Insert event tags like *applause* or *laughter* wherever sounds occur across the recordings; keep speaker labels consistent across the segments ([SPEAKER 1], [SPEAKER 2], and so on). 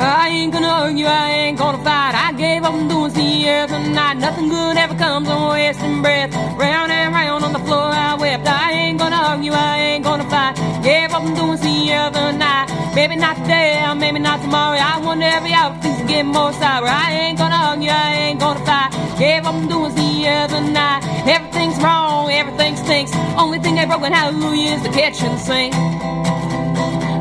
[SPEAKER 1] ain't gonna argue, I ain't gonna fight. I gave up on doing the earth and night. Nothing good ever comes, I'm wasting breath. Round and round on the floor, I wept. I ain't gonna argue, I ain't gonna fight. Gave up on doing the earth and night. Maybe not today, or maybe not tomorrow. I wonder every hour if things are getting more sour. I ain't gonna argue, I ain't gonna fight. Gave up on doing the earth and night. Everything's wrong, everything stinks. Only thing they broken, hallelujah, is the kitchen sink.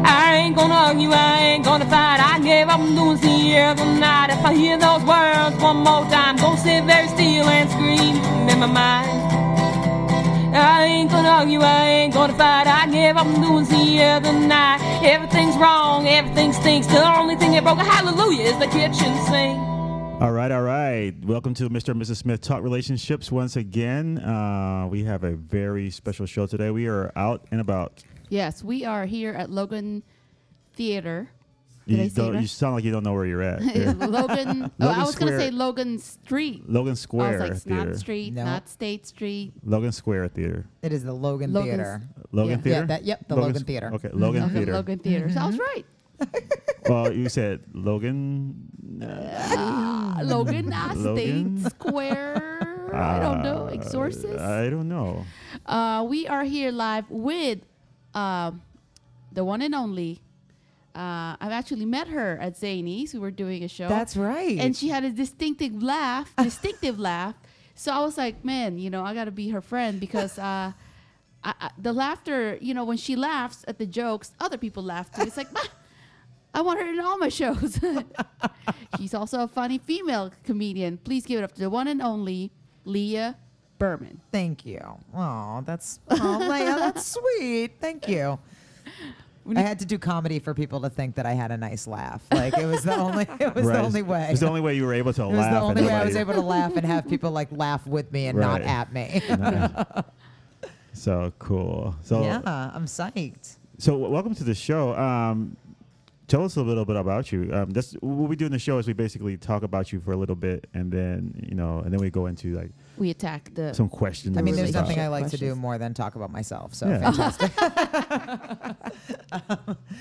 [SPEAKER 1] I ain't gonna argue, I ain't gonna fight. I gave up on doing the other night. If I hear those words one more time, gonna sit very still and scream in my mind. I ain't gonna argue, I ain't gonna fight. I gave up on doing the other night. Everything's wrong, everything stinks. The only thing that broke a hallelujah is the kitchen sink.
[SPEAKER 2] All right, all right. Welcome to Mr. and Mrs. Smith Talk Relationships once again. Uh, we have a very special show today. We are out and about.
[SPEAKER 3] Yes, we are here at Logan Theater. Did I
[SPEAKER 2] You,
[SPEAKER 3] say it
[SPEAKER 2] don't, you
[SPEAKER 3] right?
[SPEAKER 2] sound like you don't know where you're
[SPEAKER 4] *laughs*
[SPEAKER 2] at.
[SPEAKER 3] Logan.
[SPEAKER 2] There. *laughs*
[SPEAKER 3] oh, I
[SPEAKER 2] Logan
[SPEAKER 3] was going to
[SPEAKER 2] Square.
[SPEAKER 3] say Logan Street.
[SPEAKER 2] Logan
[SPEAKER 3] I
[SPEAKER 2] Square
[SPEAKER 3] was like, it's
[SPEAKER 2] Theater.
[SPEAKER 3] not Street,
[SPEAKER 4] No.
[SPEAKER 3] not State Street.
[SPEAKER 2] Logan Square Theater.
[SPEAKER 4] It is the Logan
[SPEAKER 3] Logan's-
[SPEAKER 4] Theater.
[SPEAKER 2] Logan
[SPEAKER 3] Yeah.
[SPEAKER 2] Theater?
[SPEAKER 4] Yeah, that- yep, the Logan
[SPEAKER 2] Squ-
[SPEAKER 4] Theater.
[SPEAKER 2] Okay,
[SPEAKER 4] *laughs*
[SPEAKER 2] Logan
[SPEAKER 3] Okay,
[SPEAKER 2] Theater. Mm-hmm.
[SPEAKER 3] Logan Theater. So I was right.
[SPEAKER 2] Well, you said
[SPEAKER 4] *laughs*
[SPEAKER 2] Logan.
[SPEAKER 3] Uh, Logan, uh,
[SPEAKER 2] Logan?
[SPEAKER 3] State Square. I don't know. Exorcist.
[SPEAKER 2] uh, I don't know.
[SPEAKER 3] Uh, we are here live with um, the one and only. Uh, I've actually met her at Zany's. We were doing a show.
[SPEAKER 4] That's right.
[SPEAKER 3] And she had a distinctive
[SPEAKER 4] *laughs*
[SPEAKER 3] laugh, distinctive laugh. So I was like, man, you know, I got to be her friend because uh, I, I, the laughter, you know, when she laughs at the jokes, other people laugh too. It's like, "Bah, I want her in all my shows. *laughs* She's also a funny female comedian. Please give it up to the one and only Leah Berman.
[SPEAKER 4] Thank you. Oh, that's oh,
[SPEAKER 3] *laughs*
[SPEAKER 4] Leia, that's sweet. Thank you. I had to do comedy for people to think that I had a nice laugh. Like it was the only it was the
[SPEAKER 2] Right,
[SPEAKER 4] only way.
[SPEAKER 2] It's the only way you were able to
[SPEAKER 4] It was
[SPEAKER 2] laugh.
[SPEAKER 4] the
[SPEAKER 2] and
[SPEAKER 4] only way I was
[SPEAKER 2] nobody-
[SPEAKER 4] able to laugh and have people like laugh with me and not
[SPEAKER 2] Right.
[SPEAKER 4] at me.
[SPEAKER 2] So cool. So
[SPEAKER 4] *laughs* yeah, I'm psyched.
[SPEAKER 2] So w- welcome to the show. Um, tell us a little bit about you. Um, that's what we do in the show is we basically talk about you for a little bit, and then you know, and then we go into like
[SPEAKER 3] We attack the
[SPEAKER 2] some questions.
[SPEAKER 4] I mean,
[SPEAKER 3] Really
[SPEAKER 4] there's nothing
[SPEAKER 3] about-
[SPEAKER 4] I like to do
[SPEAKER 3] Questions.
[SPEAKER 4] more than talk about myself. So
[SPEAKER 2] Yeah.
[SPEAKER 4] fantastic.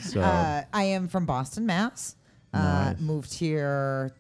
[SPEAKER 2] So
[SPEAKER 4] Uh, I am from Boston, Mass. Uh,
[SPEAKER 2] Nice.
[SPEAKER 4] Moved here,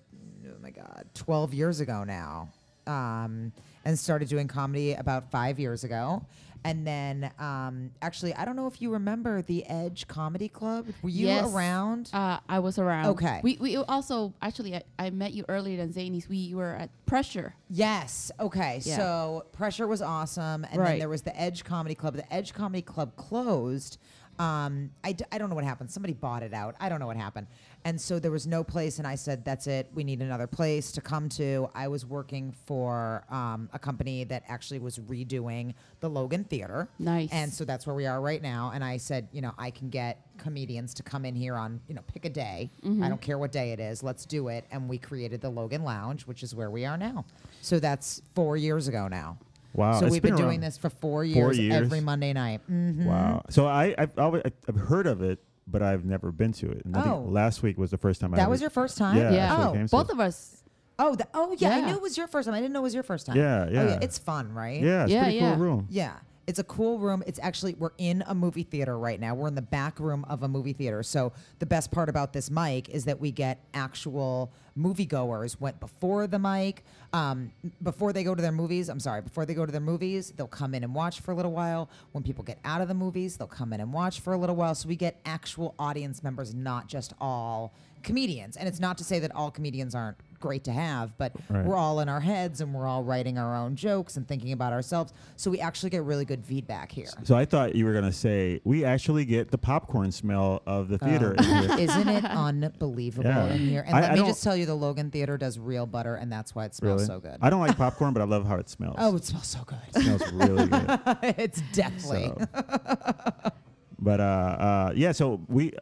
[SPEAKER 4] oh my God, 12 years ago now. Um, and started doing comedy about five years ago. And then, um, actually, I don't know if you remember the Edge Comedy Club. Were you
[SPEAKER 3] Yes.
[SPEAKER 4] around?
[SPEAKER 3] Uh, I was around.
[SPEAKER 4] Okay.
[SPEAKER 3] We, we also actually I, I met you earlier than Zanies. We were at Pressure.
[SPEAKER 4] Yes. Okay.
[SPEAKER 3] Yeah.
[SPEAKER 4] So Pressure was awesome. And
[SPEAKER 3] Right.
[SPEAKER 4] then there was the Edge Comedy Club. The Edge Comedy Club closed. Um, I, d- I don't know what happened. Somebody bought it out. I don't know what happened. And so there was no place. And I said, that's it. We need another place to come to. I was working for um, a company that actually was redoing the Logan Theater.
[SPEAKER 3] Nice.
[SPEAKER 4] And so that's where we are right now. And I said, you know, I can get comedians to come in here on, you know, pick a day. I don't care what day it is. Let's do it. And we created the Logan Lounge, which is where we are now. So that's four years ago now.
[SPEAKER 2] Wow,
[SPEAKER 4] So
[SPEAKER 2] it's
[SPEAKER 4] we've
[SPEAKER 2] been
[SPEAKER 4] been, doing
[SPEAKER 2] around
[SPEAKER 4] this for four years,
[SPEAKER 2] four
[SPEAKER 4] every
[SPEAKER 2] years.
[SPEAKER 4] Monday night. Mm-hmm.
[SPEAKER 2] wow. So I I've, always, I've heard of it, but I've never been to it. And I think
[SPEAKER 4] Oh.
[SPEAKER 2] last week was the first time. I
[SPEAKER 4] That
[SPEAKER 2] ever-
[SPEAKER 4] was your first time?
[SPEAKER 2] Yeah.
[SPEAKER 3] Yeah.
[SPEAKER 2] so
[SPEAKER 4] Oh,
[SPEAKER 2] it came to-
[SPEAKER 3] Both of us.
[SPEAKER 4] Oh, the, oh yeah,
[SPEAKER 3] Yeah.
[SPEAKER 4] I knew it was your first time. I didn't know it was your first time.
[SPEAKER 2] Yeah,
[SPEAKER 4] Oh,
[SPEAKER 2] yeah.
[SPEAKER 4] It's fun, right?
[SPEAKER 2] Yeah, it's
[SPEAKER 3] Yeah,
[SPEAKER 2] pretty
[SPEAKER 3] yeah.
[SPEAKER 2] cool room.
[SPEAKER 4] Yeah. It's a cool room. It's actually, we're in a movie theater right now. We're in the back room of a movie theater. So, the best part about this mic is that we get actual moviegoers went before the mic, um, before they go to their movies. I'm sorry, before they go to their movies, they'll come in and watch for a little while. When people get out of the movies, they'll come in and watch for a little while. So, we get actual audience members, not just all comedians. And it's not to say that all comedians aren't great to have, but
[SPEAKER 2] Right.
[SPEAKER 4] we're all all in our heads and we're all writing our own jokes and thinking about ourselves. So we actually get really good
[SPEAKER 2] *laughs*
[SPEAKER 4] feedback here.
[SPEAKER 2] So I thought you were gonna say we actually get the popcorn smell of the theater in here.
[SPEAKER 4] Isn't Oh. *laughs* it unbelievable
[SPEAKER 2] Yeah.
[SPEAKER 4] in here? And
[SPEAKER 2] I-
[SPEAKER 4] let
[SPEAKER 2] I
[SPEAKER 4] me
[SPEAKER 2] don't-
[SPEAKER 4] just tell you, the Logan Theater does real butter, and that's why it smells
[SPEAKER 2] Really?
[SPEAKER 4] so good.
[SPEAKER 2] I don't like popcorn, but I love how it smells.
[SPEAKER 4] oh, it smells so
[SPEAKER 2] it
[SPEAKER 4] good. *laughs*
[SPEAKER 2] smells really good.
[SPEAKER 4] it's definitely. *laughs*
[SPEAKER 2] So- but uh, uh, yeah, so we.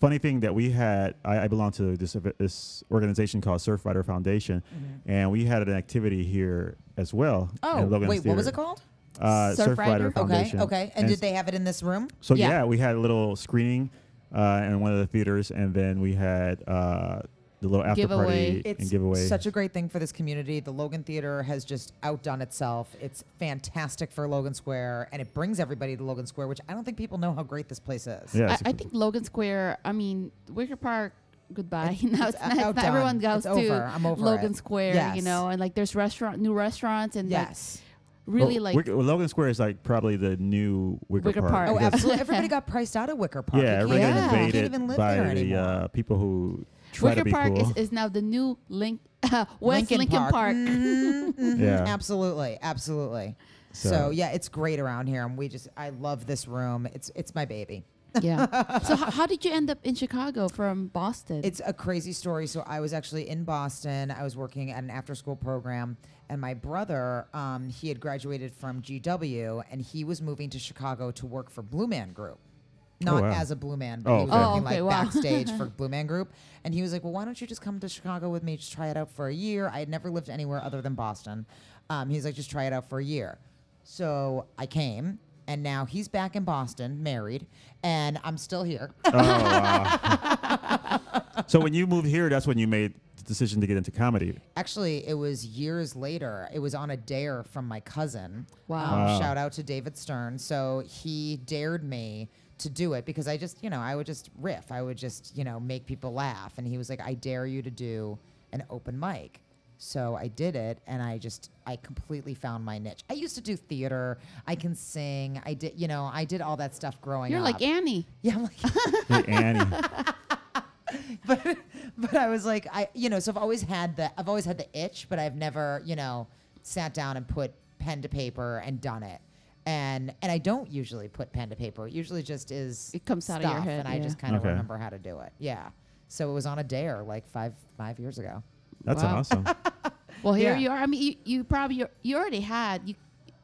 [SPEAKER 2] Funny thing that we had, I, I belong to this ev- this organization called Surfrider Foundation, and we had an activity here as well.
[SPEAKER 4] Mm-hmm. Oh,
[SPEAKER 2] at Logan's
[SPEAKER 4] wait, what was
[SPEAKER 2] Theater.
[SPEAKER 4] it called?
[SPEAKER 2] Uh,
[SPEAKER 3] Surf
[SPEAKER 2] Surfrider
[SPEAKER 3] Rider? Okay,
[SPEAKER 4] Okay,
[SPEAKER 2] Foundation.
[SPEAKER 4] okay. And, did they have it in this room?
[SPEAKER 2] So yeah.
[SPEAKER 3] Yeah.
[SPEAKER 2] we had a little screening uh, in one of the theaters, and then we had uh, the little after
[SPEAKER 3] Giveaway.
[SPEAKER 2] party and giveaway.
[SPEAKER 4] such a great thing for this community. The Logan Theater has just outdone itself. It's fantastic for Logan Square, and it brings everybody to Logan Square, which I don't think people know how great this place is.
[SPEAKER 2] yeah,
[SPEAKER 3] I,
[SPEAKER 2] it's a
[SPEAKER 3] I
[SPEAKER 2] good-
[SPEAKER 3] think Logan Square, I mean, Wicker Park goodbye. *laughs* now it's,
[SPEAKER 4] o-
[SPEAKER 3] not, it's not- everyone
[SPEAKER 4] outdone.
[SPEAKER 3] goes
[SPEAKER 4] It's
[SPEAKER 3] to
[SPEAKER 4] over. I'm over
[SPEAKER 3] Logan
[SPEAKER 4] it.
[SPEAKER 3] Square, you
[SPEAKER 4] Yes.
[SPEAKER 3] know, and like there's restaurant, new restaurants, and
[SPEAKER 4] Yes.
[SPEAKER 3] like really
[SPEAKER 2] Well,
[SPEAKER 3] like
[SPEAKER 2] Wicker- well, Logan Square is like probably the new Wicker,
[SPEAKER 3] Wicker Park.
[SPEAKER 2] Park.
[SPEAKER 4] oh,
[SPEAKER 2] because-
[SPEAKER 4] absolutely. Everybody got priced out of Wicker Park. You
[SPEAKER 2] Yeah, everybody
[SPEAKER 4] can't-
[SPEAKER 3] got
[SPEAKER 2] got
[SPEAKER 4] you can't
[SPEAKER 2] invaded
[SPEAKER 4] even live
[SPEAKER 2] by
[SPEAKER 4] there
[SPEAKER 2] the
[SPEAKER 4] anymore.
[SPEAKER 2] uh, people who try to
[SPEAKER 3] Wicker
[SPEAKER 2] be
[SPEAKER 3] Park
[SPEAKER 2] cool.
[SPEAKER 3] is, is now the new link *laughs* West Lincoln, Park.
[SPEAKER 4] Mhm,
[SPEAKER 2] *laughs*
[SPEAKER 4] mhm.
[SPEAKER 2] Yeah.
[SPEAKER 4] Absolutely. Absolutely. So.
[SPEAKER 2] So-
[SPEAKER 4] yeah, it's great around here. And we just I love this room. It's it's my baby. *laughs*
[SPEAKER 3] yeah. So how, how did you end up in Chicago from Boston?
[SPEAKER 4] It's a crazy story. So I was actually in Boston. I was working at an after school program and my brother, um, he had graduated from GW and he was moving to Chicago to work for Blue Man Group. Not
[SPEAKER 2] wow.
[SPEAKER 4] as a Blue Man, but
[SPEAKER 2] Oh,
[SPEAKER 4] he was
[SPEAKER 2] okay.
[SPEAKER 4] working
[SPEAKER 3] Oh, okay,
[SPEAKER 4] like
[SPEAKER 3] wow.
[SPEAKER 4] backstage for Blue Man Group. And he was like, Well, why don't you just come to Chicago with me, just try it out for a year? I had never lived anywhere other than Boston. Um, he's like, Just try it out for a year. So I came. And now he's back in Boston, married, and I'm still here.
[SPEAKER 2] Oh, wow. so when you moved here, that's when you made the decision to get into comedy.
[SPEAKER 4] Actually, it was years later. It was on a dare from my cousin. Um,
[SPEAKER 3] Wow.
[SPEAKER 2] Wow.
[SPEAKER 4] Shout out to David Stern. So he dared me to do it because I just, you know, I would just riff. I would just, you know, make people laugh. And he was like, I dare you to do an open mic. So I did it and I just, I completely found my niche. I used to do theater. I can sing. I did, you know, I did all that stuff growing
[SPEAKER 3] You're
[SPEAKER 4] up.
[SPEAKER 3] like Annie.
[SPEAKER 4] *laughs* yeah, I'm like, *laughs*
[SPEAKER 2] Hey, Annie.
[SPEAKER 4] but *laughs* but I was like, I you know, so I've always had the I've always had the itch, but I've never you know sat down and put pen to paper and done it. And and I don't usually put pen to paper. It usually just is
[SPEAKER 3] It comes out of your
[SPEAKER 4] stuff,
[SPEAKER 3] head,
[SPEAKER 4] and I
[SPEAKER 3] yeah.
[SPEAKER 4] just kind of
[SPEAKER 2] Okay.
[SPEAKER 4] remember how to do it. Yeah. So it was on a dare like five five years ago.
[SPEAKER 2] That's
[SPEAKER 3] Wow.
[SPEAKER 2] awesome.
[SPEAKER 3] Well, here
[SPEAKER 4] Yeah.
[SPEAKER 3] you are. I mean, you, you probably you already had you.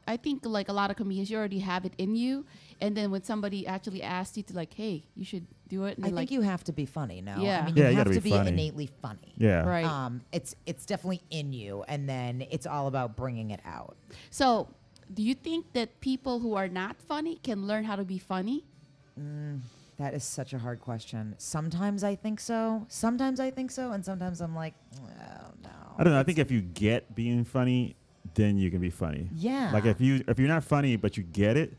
[SPEAKER 3] I think like a lot of comedians, you already have it in you. And then when somebody actually asked you to like, hey, you should do it, and
[SPEAKER 4] I
[SPEAKER 3] then like,
[SPEAKER 4] think you have to be funny. No,
[SPEAKER 3] Yeah.
[SPEAKER 4] I mean,
[SPEAKER 2] Yeah,
[SPEAKER 4] you,
[SPEAKER 2] you
[SPEAKER 4] have
[SPEAKER 2] gotta
[SPEAKER 4] to
[SPEAKER 2] be
[SPEAKER 4] be,
[SPEAKER 2] funny.
[SPEAKER 4] innately funny.
[SPEAKER 2] Yeah.
[SPEAKER 3] Right.
[SPEAKER 4] Um, it's it's definitely in you, and then it's all about bringing it out.
[SPEAKER 3] so. Do you think that people who are not funny can learn how to be funny?
[SPEAKER 4] That is such a hard question. Sometimes I think so. Sometimes I think so, and sometimes I'm like, oh
[SPEAKER 2] I
[SPEAKER 4] no.
[SPEAKER 2] don't know. I think if you get being funny, then you can be funny.
[SPEAKER 4] Yeah.
[SPEAKER 2] Like if you if you're not funny but you get it,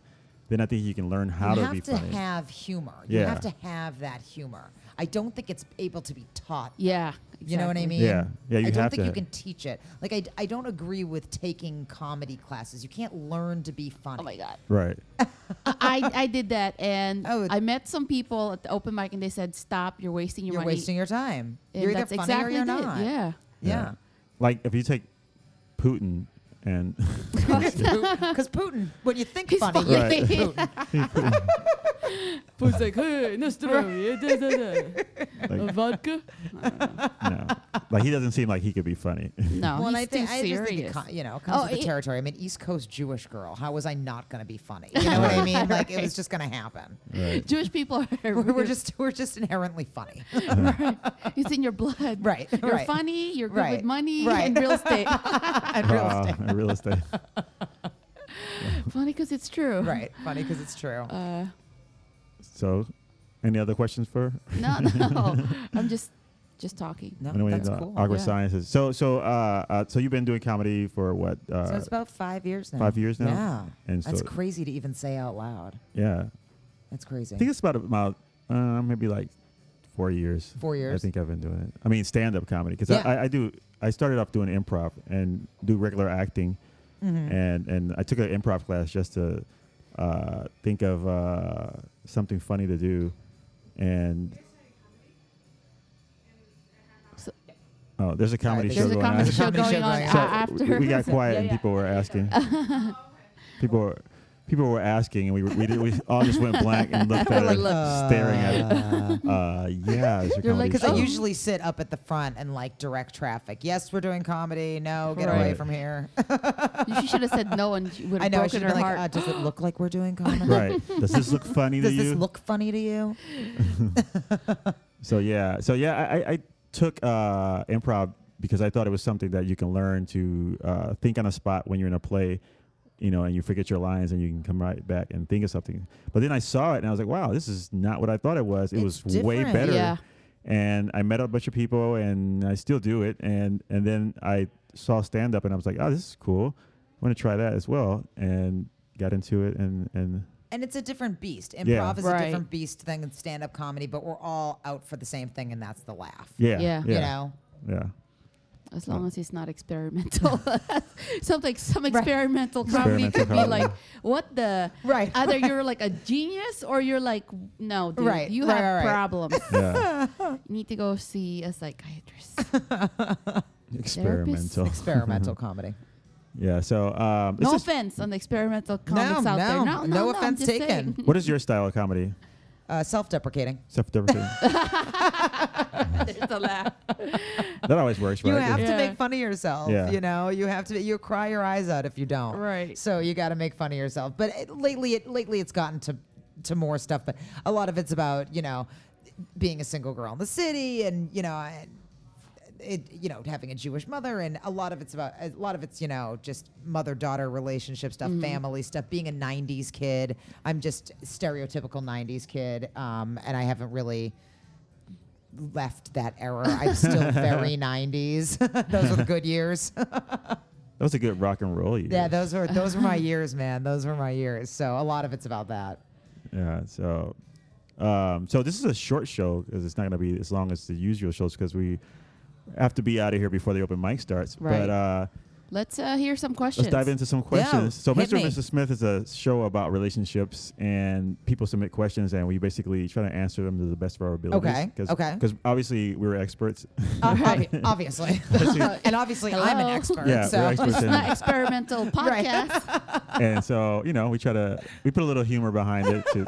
[SPEAKER 2] then I think you can learn how
[SPEAKER 4] you
[SPEAKER 2] to
[SPEAKER 4] have
[SPEAKER 2] be
[SPEAKER 4] to
[SPEAKER 2] funny.
[SPEAKER 4] have humor. You
[SPEAKER 2] Yeah.
[SPEAKER 4] have to have that humor. I don't think it's able to be taught.
[SPEAKER 3] Yeah,
[SPEAKER 4] You know what I
[SPEAKER 3] exactly.
[SPEAKER 4] mean?
[SPEAKER 2] Yeah. Yeah, you
[SPEAKER 4] I don't
[SPEAKER 2] have
[SPEAKER 4] think
[SPEAKER 2] to.
[SPEAKER 4] you can teach it. Like I, d- I don't agree with taking comedy classes. You can't learn to be funny.
[SPEAKER 3] Oh my god.
[SPEAKER 4] *laughs*
[SPEAKER 2] right.
[SPEAKER 3] I, I did that, and
[SPEAKER 4] Oh.
[SPEAKER 3] I met some people at the open mic, and they said, "Stop! You're wasting your
[SPEAKER 4] You're
[SPEAKER 3] money."
[SPEAKER 4] wasting your time.
[SPEAKER 3] and
[SPEAKER 4] you're either
[SPEAKER 3] that's
[SPEAKER 4] funny
[SPEAKER 3] exactly
[SPEAKER 4] or you're
[SPEAKER 3] it.
[SPEAKER 4] not.
[SPEAKER 3] Yeah.
[SPEAKER 4] Yeah. *laughs*
[SPEAKER 2] Like if you take Putin and *laughs*
[SPEAKER 4] Because Putin, when you think
[SPEAKER 3] He's
[SPEAKER 4] funny,
[SPEAKER 3] funny.
[SPEAKER 4] you
[SPEAKER 2] Right.
[SPEAKER 4] think Putin.
[SPEAKER 1] Puts like, hey, Nestor, da, da,
[SPEAKER 4] *laughs*
[SPEAKER 1] da.
[SPEAKER 2] like,
[SPEAKER 1] vodka.
[SPEAKER 2] no. Like he doesn't seem like he could be
[SPEAKER 4] *laughs*
[SPEAKER 2] funny. *laughs*
[SPEAKER 3] No,
[SPEAKER 4] Well, and
[SPEAKER 3] he's
[SPEAKER 4] I think
[SPEAKER 3] too
[SPEAKER 4] I
[SPEAKER 3] serious.
[SPEAKER 4] just think it, co- you know, it comes
[SPEAKER 3] Oh,
[SPEAKER 4] with the
[SPEAKER 3] it-
[SPEAKER 4] territory. I'm an East Coast Jewish girl. How was I not going to be funny?
[SPEAKER 3] *laughs*
[SPEAKER 4] You know what I mean? Like it was just going to happen.
[SPEAKER 2] Right.
[SPEAKER 3] Jewish people are.
[SPEAKER 4] *laughs* We're, we're just we're just inherently funny. *laughs*
[SPEAKER 3] Right. *laughs* it's in your blood.
[SPEAKER 4] Right,
[SPEAKER 3] You're
[SPEAKER 4] right.
[SPEAKER 3] funny. You're good with
[SPEAKER 4] Right,
[SPEAKER 3] money
[SPEAKER 4] *laughs* right.
[SPEAKER 3] and real estate. *laughs*
[SPEAKER 4] And
[SPEAKER 2] *laughs*
[SPEAKER 4] real
[SPEAKER 2] Wow,
[SPEAKER 4] estate.
[SPEAKER 2] Uh, real estate.
[SPEAKER 3] funny because it's true.
[SPEAKER 4] Right, funny because it's true.
[SPEAKER 3] Uh,
[SPEAKER 2] So, any other questions for
[SPEAKER 3] no, *laughs* no. I'm just, just talking.
[SPEAKER 4] No,
[SPEAKER 2] I know we
[SPEAKER 4] that's
[SPEAKER 2] did, uh,
[SPEAKER 4] cool.
[SPEAKER 2] awkward
[SPEAKER 3] Yeah.
[SPEAKER 2] sciences? So, so, uh, uh, so you've been doing comedy for what? Uh,
[SPEAKER 4] so it's about five years now.
[SPEAKER 2] five years now?
[SPEAKER 4] Yeah,
[SPEAKER 2] And
[SPEAKER 4] that's
[SPEAKER 2] so-
[SPEAKER 4] crazy to even say out loud.
[SPEAKER 2] yeah,
[SPEAKER 4] That's crazy.
[SPEAKER 2] I think it's about about uh, maybe like four years.
[SPEAKER 4] Four
[SPEAKER 2] I
[SPEAKER 4] years.
[SPEAKER 2] think I've been doing it. I mean, stand up comedy because
[SPEAKER 4] Yeah.
[SPEAKER 2] I, I do. I started off doing improv and do regular acting,
[SPEAKER 4] Mm-hmm.
[SPEAKER 2] and and I took an improv class just to uh, think of uh, something funny to do, and.
[SPEAKER 3] So-
[SPEAKER 2] Oh, there's a comedy
[SPEAKER 4] there's
[SPEAKER 2] show
[SPEAKER 3] There's a
[SPEAKER 2] going
[SPEAKER 3] comedy
[SPEAKER 2] on. *laughs*
[SPEAKER 3] show
[SPEAKER 4] Comedy *laughs* show
[SPEAKER 3] going on
[SPEAKER 4] going
[SPEAKER 3] a-
[SPEAKER 4] on.
[SPEAKER 2] So
[SPEAKER 3] after.
[SPEAKER 2] w- we
[SPEAKER 3] *laughs*
[SPEAKER 2] got quiet and people were asking. people were people were asking, and we were- we, did, we all just went blank and looked at
[SPEAKER 4] Like,
[SPEAKER 2] her,
[SPEAKER 4] uh,
[SPEAKER 2] staring at
[SPEAKER 4] *laughs*
[SPEAKER 2] it. *laughs* Uh, yeah, it's your
[SPEAKER 3] They're like,
[SPEAKER 2] comedy
[SPEAKER 4] Because
[SPEAKER 2] show.
[SPEAKER 4] I usually sit up at the front and like direct traffic. Yes, we're doing comedy. No, get away
[SPEAKER 2] Right.
[SPEAKER 4] from here.
[SPEAKER 3] *laughs* She should have said no, and she would
[SPEAKER 4] *laughs* I
[SPEAKER 3] have
[SPEAKER 4] know. I
[SPEAKER 3] broken
[SPEAKER 4] should
[SPEAKER 3] her
[SPEAKER 4] be like,
[SPEAKER 3] heart.
[SPEAKER 4] uh, does it look like we're
[SPEAKER 2] *gasps*
[SPEAKER 4] doing comedy?
[SPEAKER 2] right? Does this look
[SPEAKER 4] *laughs*
[SPEAKER 2] funny to
[SPEAKER 4] Does
[SPEAKER 2] you?
[SPEAKER 4] this look funny to you?
[SPEAKER 2] so yeah, so yeah, I, I- I took uh, improv because I thought it was something that you can learn to uh, think on a spot when you're in a play. You know, and you forget your lines, and you can come right back and think of something. But then I saw it, and I was like, "Wow, this is not what I thought it was. It was
[SPEAKER 4] It's
[SPEAKER 2] way
[SPEAKER 4] different.
[SPEAKER 2] better."
[SPEAKER 3] Yeah.
[SPEAKER 2] and I met a bunch of people, and I still do it. And and then I saw stand up, and I was like, oh, this is cool. I want to try that as well, and got into it, and and
[SPEAKER 4] and it's a different beast. Improv
[SPEAKER 2] Yeah.
[SPEAKER 4] is
[SPEAKER 3] Right.
[SPEAKER 4] a different beast than stand up comedy, but we're all out for the same thing, and that's the laugh.
[SPEAKER 2] Yeah.
[SPEAKER 3] Yeah.
[SPEAKER 2] Yeah.
[SPEAKER 4] You know?
[SPEAKER 2] Yeah.
[SPEAKER 3] As long as it's not
[SPEAKER 4] *laughs*
[SPEAKER 3] experimental. *laughs* Something some experimental comedy
[SPEAKER 2] Experimental
[SPEAKER 3] could be
[SPEAKER 2] comedy.
[SPEAKER 3] like, what the
[SPEAKER 4] Right.
[SPEAKER 3] Either
[SPEAKER 4] *laughs*
[SPEAKER 3] you're like a genius or you're like no, dude,
[SPEAKER 4] Right,
[SPEAKER 3] you
[SPEAKER 4] right,
[SPEAKER 3] have
[SPEAKER 4] right, right. *laughs*
[SPEAKER 3] problems.
[SPEAKER 2] Yeah.
[SPEAKER 3] you need to go see a psychiatrist.
[SPEAKER 2] Experimental. *laughs*
[SPEAKER 4] Experimental comedy.
[SPEAKER 2] Yeah. So, um, it's
[SPEAKER 3] no
[SPEAKER 2] just-
[SPEAKER 3] offense on the experimental comics out there. No, no, no, I'm
[SPEAKER 4] offense
[SPEAKER 3] just
[SPEAKER 4] taken.
[SPEAKER 3] saying.
[SPEAKER 2] what is your style of comedy?
[SPEAKER 4] *laughs* Uh, Self deprecating.
[SPEAKER 2] Self-deprecating.
[SPEAKER 3] *laughs*
[SPEAKER 4] *laughs*
[SPEAKER 3] There's a laugh.
[SPEAKER 2] that always works, right?
[SPEAKER 4] You have
[SPEAKER 3] Yeah.
[SPEAKER 4] to make fun of yourself.
[SPEAKER 2] Yeah.
[SPEAKER 4] You know, you have to. You cry your eyes out if you don't.
[SPEAKER 3] Right.
[SPEAKER 4] So you got to make fun of yourself. But it, lately, it lately it's gotten to to more stuff. But a lot of it's about you know being a single girl in the city, and you know. I, it, you know, having a Jewish mother, and a lot of it's about a lot of it's you know just mother daughter relationship stuff, family stuff. Being a '90s kid, I'm just stereotypical '90s kid, um, and I haven't really left that era. I'm still very 90s. *laughs* those were the good years.
[SPEAKER 2] That was a good rock and roll year.
[SPEAKER 4] yeah, those were those
[SPEAKER 2] *laughs*
[SPEAKER 4] were my years, man. Those were my years. So a lot of it's about that.
[SPEAKER 2] Yeah. So, um, so this is a short show because it's not going to be as long as the usual shows because we have to be out of here before the open mic starts.
[SPEAKER 3] Right.
[SPEAKER 2] But uh,
[SPEAKER 3] Let's uh, hear some questions.
[SPEAKER 2] let's dive into some questions. so,
[SPEAKER 4] hit
[SPEAKER 2] Mr. and
[SPEAKER 4] me.
[SPEAKER 2] Mrs. Smith is a show about relationships, and people submit questions, and we basically try to answer them to the best of our abilities.
[SPEAKER 4] Okay, okay.
[SPEAKER 2] Because obviously we were experts. *laughs*
[SPEAKER 4] Ob- obvi- obviously. *laughs* and obviously I'm an
[SPEAKER 3] Hello.
[SPEAKER 4] expert.
[SPEAKER 2] Yeah,
[SPEAKER 4] so
[SPEAKER 2] we're experts
[SPEAKER 3] It's
[SPEAKER 2] in
[SPEAKER 3] not experimental podcast.
[SPEAKER 2] and so you know we try to we put a little humor behind it to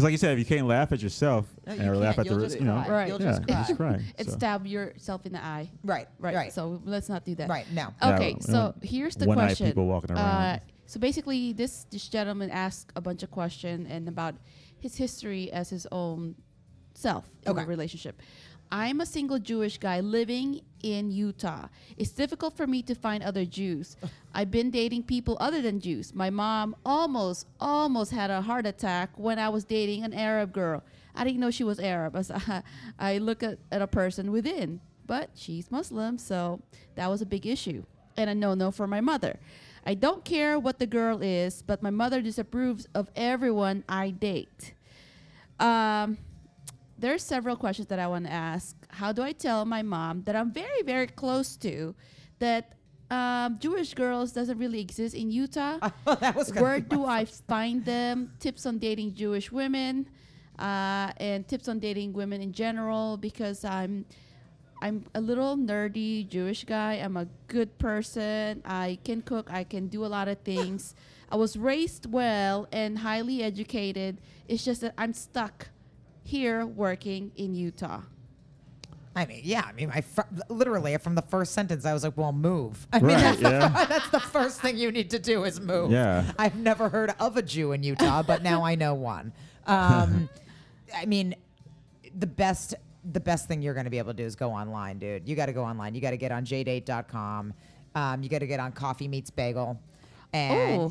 [SPEAKER 2] because like you said if you can't laugh at yourself
[SPEAKER 4] No, you
[SPEAKER 2] or laugh
[SPEAKER 4] can't.
[SPEAKER 2] at the
[SPEAKER 4] You'll
[SPEAKER 2] ri-
[SPEAKER 4] just
[SPEAKER 2] you know
[SPEAKER 4] cry.
[SPEAKER 3] Right.
[SPEAKER 4] You'll
[SPEAKER 2] yeah,
[SPEAKER 4] just cry.
[SPEAKER 2] you're
[SPEAKER 4] *laughs*
[SPEAKER 2] crying,
[SPEAKER 3] and
[SPEAKER 2] so.
[SPEAKER 3] stab yourself in the eye.
[SPEAKER 4] right,
[SPEAKER 3] Right.
[SPEAKER 4] right.
[SPEAKER 3] So let's not do that.
[SPEAKER 4] right now.
[SPEAKER 2] Yeah,
[SPEAKER 3] Okay.
[SPEAKER 2] we
[SPEAKER 3] so
[SPEAKER 2] don't-
[SPEAKER 3] here's the
[SPEAKER 2] one-eyed
[SPEAKER 3] question.
[SPEAKER 2] people walking
[SPEAKER 3] Uh,
[SPEAKER 2] around.
[SPEAKER 3] so basically, this this gentleman asked a bunch of questions and about his history as his own self in a
[SPEAKER 4] Okay.
[SPEAKER 3] relationship. I'm a single Jewish guy living in Utah. It's difficult for me to find other Jews. I've been dating people other than Jews. My mom almost almost had a heart attack when I was dating an Arab girl. I didn't know she was Arab. *laughs* As I, I look at, at a person within, but she's Muslim, so that was a big issue and a no-no for my mother. I don't care what the girl is, but my mother disapproves of everyone I date. Um, there are several questions that I want to ask. How do I tell my mom that I'm very, very close to that um, Jewish girls doesn't really exist in
[SPEAKER 4] *laughs*
[SPEAKER 3] Utah?
[SPEAKER 4] Oh, that was gonna
[SPEAKER 3] Where
[SPEAKER 4] be
[SPEAKER 3] do I find them? Tips on dating Jewish women, uh, and tips on dating women in general. Because I'm, I'm a little nerdy Jewish guy. I'm a good person. I can cook. I can do a lot of things. I was raised well and highly educated. It's just that I'm stuck here working in Utah.
[SPEAKER 4] I mean, yeah. I mean, I fr- literally from the first sentence, I was like, "Well, move." I mean,
[SPEAKER 2] right yeah
[SPEAKER 4] *laughs* that's the first thing you need to do is move.
[SPEAKER 2] Yeah.
[SPEAKER 4] I've never heard of a Jew in Utah, but now I know one.
[SPEAKER 2] *laughs*
[SPEAKER 4] Um, I mean, the best the best thing you're going to be able to do is go online, dude. You got to go online. You got to get on jdate.com. Um, you got to get on Coffee Meets Bagel. And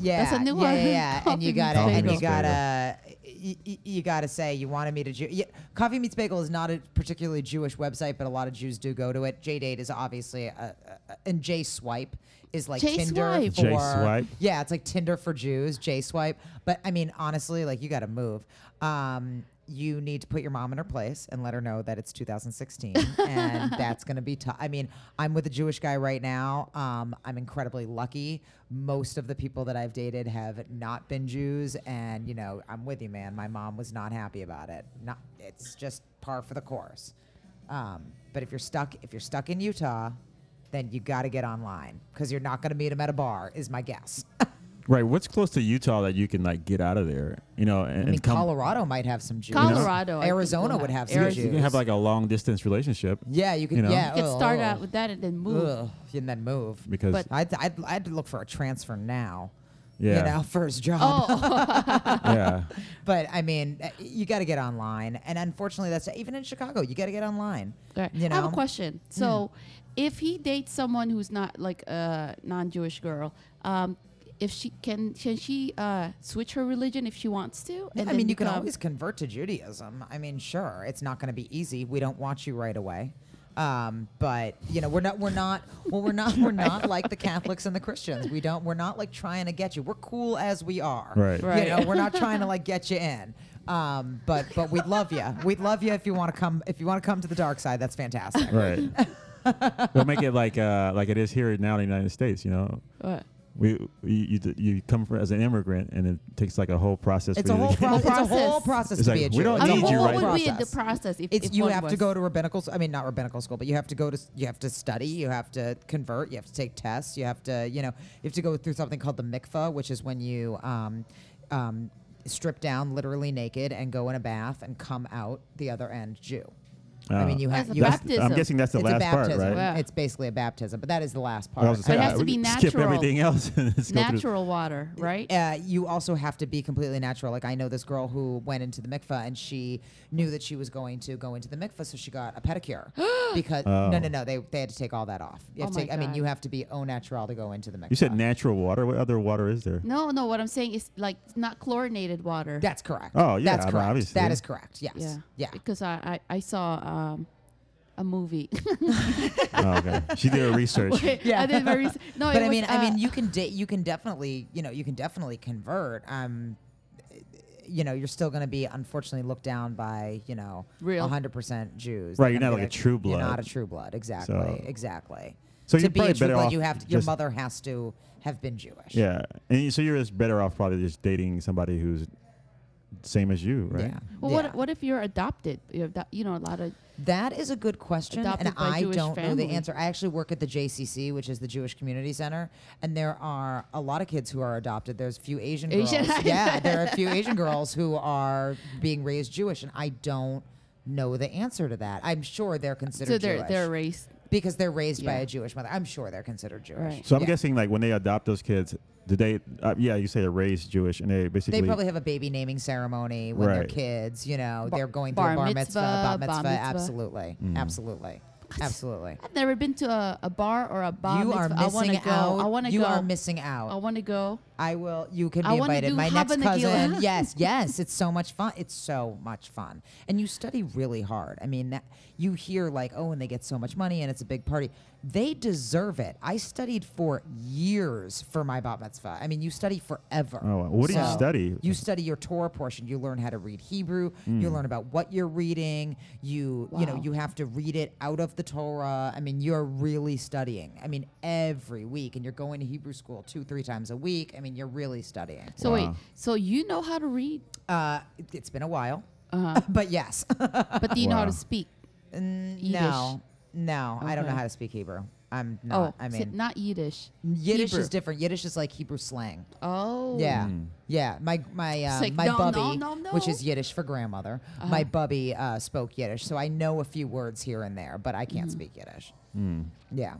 [SPEAKER 3] Ooh,
[SPEAKER 4] yeah,
[SPEAKER 3] that's a new
[SPEAKER 4] yeah,
[SPEAKER 3] one.
[SPEAKER 4] yeah, yeah. and you
[SPEAKER 3] Coffee
[SPEAKER 4] gotta,
[SPEAKER 3] Meets
[SPEAKER 4] and you
[SPEAKER 2] Bagel.
[SPEAKER 4] gotta, you, Uh, you gotta say you want to meet a Jew. Yeah, Coffee Meets Bagel is not a particularly Jewish website, but a lot of Jews do go to it. J Date is obviously, a, a, and J Swipe is like
[SPEAKER 3] J
[SPEAKER 4] Tinder
[SPEAKER 3] Swipe.
[SPEAKER 4] for
[SPEAKER 2] J Swipe.
[SPEAKER 4] yeah, it's like Tinder for Jews, J Swipe. But I mean, honestly, like you got to move. Um, you need to put your mom in her place and let her know that it's 2016, and that's gonna be tough. I mean, I'm with a Jewish guy right now. Um, I'm incredibly lucky. Most of the people that I've dated have not been Jews, and you know, I'm with you, man. My mom was not happy about it. Not, it's just par for the course. Um, but if you're stuck, if you're stuck in Utah, then you got to get online because you're not going to meet him at a bar, is my guess. *laughs*
[SPEAKER 2] right what's close to utah that you can like get out of there you know and,
[SPEAKER 4] I mean,
[SPEAKER 2] and come
[SPEAKER 4] Colorado might have some Jews.
[SPEAKER 3] Colorado, I think,
[SPEAKER 4] Arizona
[SPEAKER 3] will
[SPEAKER 4] would
[SPEAKER 3] have-
[SPEAKER 4] have some
[SPEAKER 2] you,
[SPEAKER 3] Arizona.
[SPEAKER 4] Jews.
[SPEAKER 2] you can have like a long distance relationship
[SPEAKER 4] yeah, you could.
[SPEAKER 2] you know?
[SPEAKER 4] Yeah,
[SPEAKER 3] You could start
[SPEAKER 4] ugh,
[SPEAKER 3] out with that and then move.
[SPEAKER 4] Oh, ugh, oh, and then move.
[SPEAKER 2] because
[SPEAKER 3] But-
[SPEAKER 4] I'd, I'd, I'd look for a transfer now.
[SPEAKER 2] Yeah.
[SPEAKER 4] You know, first job. *laughs*
[SPEAKER 3] Oh,
[SPEAKER 2] yeah
[SPEAKER 4] But I mean, uh, you got to get online, and unfortunately, that's even in Chicago. You got to get online.
[SPEAKER 3] Right.
[SPEAKER 4] You know? Hmm.
[SPEAKER 3] I have a question. So, if he dates someone who's not like a non-Jewish girl, um, if she can, can she uh, switch her religion if she wants to?
[SPEAKER 4] I
[SPEAKER 3] then
[SPEAKER 4] mean, you can
[SPEAKER 3] become-
[SPEAKER 4] always convert to Judaism. I mean, sure, it's not going to be easy. We don't want you right away. Um, but you know, we're not we're not well we're not
[SPEAKER 3] *laughs*
[SPEAKER 4] we're not like the Catholics and the Christians. We don't we're not like trying to get you. We're cool as we are.
[SPEAKER 2] Right.
[SPEAKER 4] You
[SPEAKER 3] Right.
[SPEAKER 4] know, we're
[SPEAKER 3] *laughs*
[SPEAKER 4] not trying to like get you in. Um, but but we'd love you. We'd love you if you want to come if you want to come to the dark side. That's fantastic.
[SPEAKER 2] Right.
[SPEAKER 4] *laughs*
[SPEAKER 2] we'll make it like uh, like it is here now in the United States. You know,
[SPEAKER 3] What?
[SPEAKER 2] we you you, d- you come from as an immigrant, and it takes like a whole process.
[SPEAKER 4] It's
[SPEAKER 2] for
[SPEAKER 4] a
[SPEAKER 2] you
[SPEAKER 4] whole
[SPEAKER 2] to get- *laughs*
[SPEAKER 4] pro-
[SPEAKER 3] process.
[SPEAKER 4] It's a whole process
[SPEAKER 2] It's
[SPEAKER 4] to
[SPEAKER 2] like,
[SPEAKER 4] be a
[SPEAKER 2] we
[SPEAKER 4] Jew.
[SPEAKER 2] don't
[SPEAKER 4] It's
[SPEAKER 3] I
[SPEAKER 4] a
[SPEAKER 3] mean,
[SPEAKER 2] need you
[SPEAKER 3] what
[SPEAKER 4] whole
[SPEAKER 2] right
[SPEAKER 3] would
[SPEAKER 2] now.
[SPEAKER 3] be the
[SPEAKER 4] process.
[SPEAKER 3] process if,
[SPEAKER 4] It's
[SPEAKER 3] if
[SPEAKER 4] you
[SPEAKER 3] one
[SPEAKER 4] have
[SPEAKER 3] was?
[SPEAKER 4] to go to rabbinical. s- I mean, not rabbinical school, but you have to go to. s- You have to study. You have to convert. You have to take tests. You have to, you know, you have to go through something called the mikvah, which is when you um, um, strip down literally naked and go in a bath and come out the other end Jew. I
[SPEAKER 2] Ah.
[SPEAKER 4] mean, you have
[SPEAKER 3] That's a
[SPEAKER 4] you have
[SPEAKER 2] That's- I'm
[SPEAKER 3] Baptism.
[SPEAKER 2] guessing that's the
[SPEAKER 4] it's a
[SPEAKER 2] last part,
[SPEAKER 4] baptism.
[SPEAKER 2] right?
[SPEAKER 3] Wow.
[SPEAKER 4] It's basically a baptism, but that is the last part.
[SPEAKER 2] I was gonna say,
[SPEAKER 3] It has
[SPEAKER 2] I-
[SPEAKER 3] to
[SPEAKER 2] we
[SPEAKER 3] be
[SPEAKER 2] could Skip
[SPEAKER 3] natural.
[SPEAKER 2] everything else. and just go through-
[SPEAKER 3] natural water, right?
[SPEAKER 4] uh, you also have to be completely natural. Like I know this girl who went into the mikvah and she knew that she was going to go into the mikvah, so she got a
[SPEAKER 3] *gasps*
[SPEAKER 4] pedicure because no,
[SPEAKER 2] Oh.
[SPEAKER 4] no, no, they they had to take all that off. You have
[SPEAKER 3] Oh
[SPEAKER 4] to take,
[SPEAKER 3] my
[SPEAKER 4] I mean,
[SPEAKER 3] God.
[SPEAKER 4] you have to be au natural to go into the mikvah.
[SPEAKER 2] You said natural water. What other water is
[SPEAKER 3] *laughs*
[SPEAKER 2] there?
[SPEAKER 3] No, no. What I'm saying is like not chlorinated water.
[SPEAKER 4] That's correct.
[SPEAKER 2] Oh, yeah,
[SPEAKER 4] that's
[SPEAKER 2] I mean,
[SPEAKER 4] correct.
[SPEAKER 2] obviously.
[SPEAKER 4] That is correct. Yes.
[SPEAKER 3] yeah,
[SPEAKER 4] Yeah.
[SPEAKER 3] Because I I, I saw um, a movie. *laughs*
[SPEAKER 2] oh, okay. She did her research.
[SPEAKER 3] yeah, I did my
[SPEAKER 4] *laughs*
[SPEAKER 3] research. No,
[SPEAKER 4] But
[SPEAKER 3] it
[SPEAKER 4] I
[SPEAKER 3] was,
[SPEAKER 4] mean,
[SPEAKER 3] uh,
[SPEAKER 4] I mean, you can da- you can definitely, you know, you can definitely convert. Um, you know, you're still going to be unfortunately looked down by, you know,
[SPEAKER 3] Real.
[SPEAKER 4] 100% Jews.
[SPEAKER 2] Right,
[SPEAKER 4] They're
[SPEAKER 2] you're
[SPEAKER 4] gonna
[SPEAKER 2] not
[SPEAKER 4] be
[SPEAKER 2] like a true
[SPEAKER 4] You're
[SPEAKER 2] blood.
[SPEAKER 4] not a true blood. Exactly.
[SPEAKER 2] So-
[SPEAKER 4] Exactly.
[SPEAKER 2] So
[SPEAKER 4] to
[SPEAKER 2] you're
[SPEAKER 4] be a
[SPEAKER 2] probably
[SPEAKER 4] true
[SPEAKER 2] better
[SPEAKER 4] blood,
[SPEAKER 2] off
[SPEAKER 4] you have to, your
[SPEAKER 2] just-
[SPEAKER 4] mother has to have been Jewish.
[SPEAKER 2] Yeah, and you- so you're just better off probably just dating somebody who's same as you, right?
[SPEAKER 4] Yeah.
[SPEAKER 3] well,
[SPEAKER 4] Yeah.
[SPEAKER 3] what what if you're adopted? You have that- you know a lot of
[SPEAKER 4] That is a good question,
[SPEAKER 3] Adopted
[SPEAKER 4] and
[SPEAKER 3] by
[SPEAKER 4] I
[SPEAKER 3] Jewish
[SPEAKER 4] don't know the
[SPEAKER 3] family.
[SPEAKER 4] answer. I actually work at the JCC, which is the Jewish Community Center, and there are a lot of kids who are adopted. There's a few Asian,
[SPEAKER 3] Asian- *laughs*
[SPEAKER 4] girls. yeah, there are a few Asian girls who are being raised Jewish, and I don't know the answer to that. I'm sure they're considered
[SPEAKER 3] so they're
[SPEAKER 4] Jewish
[SPEAKER 3] they're raised.
[SPEAKER 4] because they're raised by
[SPEAKER 3] Yeah.
[SPEAKER 4] a Jewish mother. I'm sure they're considered Jewish.
[SPEAKER 3] Right.
[SPEAKER 2] So I'm
[SPEAKER 4] Yeah.
[SPEAKER 2] guessing like when they adopt those kids, do they? Uh, yeah, you say they're raised Jewish, and they basically
[SPEAKER 4] They probably have a baby naming ceremony when they're
[SPEAKER 2] Right.
[SPEAKER 4] kids. You know, they're going through
[SPEAKER 3] bar
[SPEAKER 4] a bar mitzvah,
[SPEAKER 3] mitzvah, bat
[SPEAKER 4] bat mitzvah.
[SPEAKER 3] mitzvah.
[SPEAKER 4] Absolutely,
[SPEAKER 2] Mm-hmm.
[SPEAKER 4] absolutely, absolutely.
[SPEAKER 3] I've never been to a, a bar or a bar.
[SPEAKER 4] You are
[SPEAKER 3] mitzvah. I wanna
[SPEAKER 4] missing
[SPEAKER 3] go.
[SPEAKER 4] out.
[SPEAKER 3] I want to go.
[SPEAKER 4] You are missing out.
[SPEAKER 3] I want to go.
[SPEAKER 4] I will. You can be
[SPEAKER 3] I wanna
[SPEAKER 4] invited.
[SPEAKER 3] do
[SPEAKER 4] My next
[SPEAKER 3] habanagila.
[SPEAKER 4] cousin. *laughs*
[SPEAKER 3] *laughs*
[SPEAKER 4] yes, yes. It's so much fun. It's so much fun. And you study really hard. I mean, that, you hear like, oh, and they get so much money and it's a big party. They deserve it. I studied for years for my bat mitzvah. I mean, you study forever.
[SPEAKER 2] Oh, wow. What do you study? Hmm.
[SPEAKER 4] You study your Torah portion. You learn how to read Hebrew. You learn about what you're reading. You, you know,
[SPEAKER 3] Wow.
[SPEAKER 4] you have to read it out of the Torah. I mean, you're really studying. I mean, every week, and you're going to Hebrew school two, three times a week. I mean, you're really studying.
[SPEAKER 3] So wait.
[SPEAKER 2] Wow.
[SPEAKER 3] So you know how to read,
[SPEAKER 4] Uh, it- it's been a while, uh-huh. *laughs* but yes,
[SPEAKER 3] but do you know how to
[SPEAKER 2] Wow.
[SPEAKER 3] speak?
[SPEAKER 4] no, no, I don't know
[SPEAKER 3] Okay.
[SPEAKER 4] how to speak Hebrew. I'm
[SPEAKER 3] oh,
[SPEAKER 4] not. I
[SPEAKER 3] so
[SPEAKER 4] mean,
[SPEAKER 3] not Yiddish.
[SPEAKER 4] Yiddish
[SPEAKER 3] Hebrew.
[SPEAKER 4] is different. Yiddish is like Hebrew slang.
[SPEAKER 3] Oh.
[SPEAKER 4] Yeah, yeah. My my uh,
[SPEAKER 3] like,
[SPEAKER 4] my
[SPEAKER 3] no, no,
[SPEAKER 4] bubby,
[SPEAKER 3] no,
[SPEAKER 4] which
[SPEAKER 3] no. Uh-huh.
[SPEAKER 4] is Yiddish for grandmother. My bubby uh, spoke Yiddish, so I know a few words here and there, but I can't
[SPEAKER 3] Mm-hmm.
[SPEAKER 4] speak Yiddish. Yeah.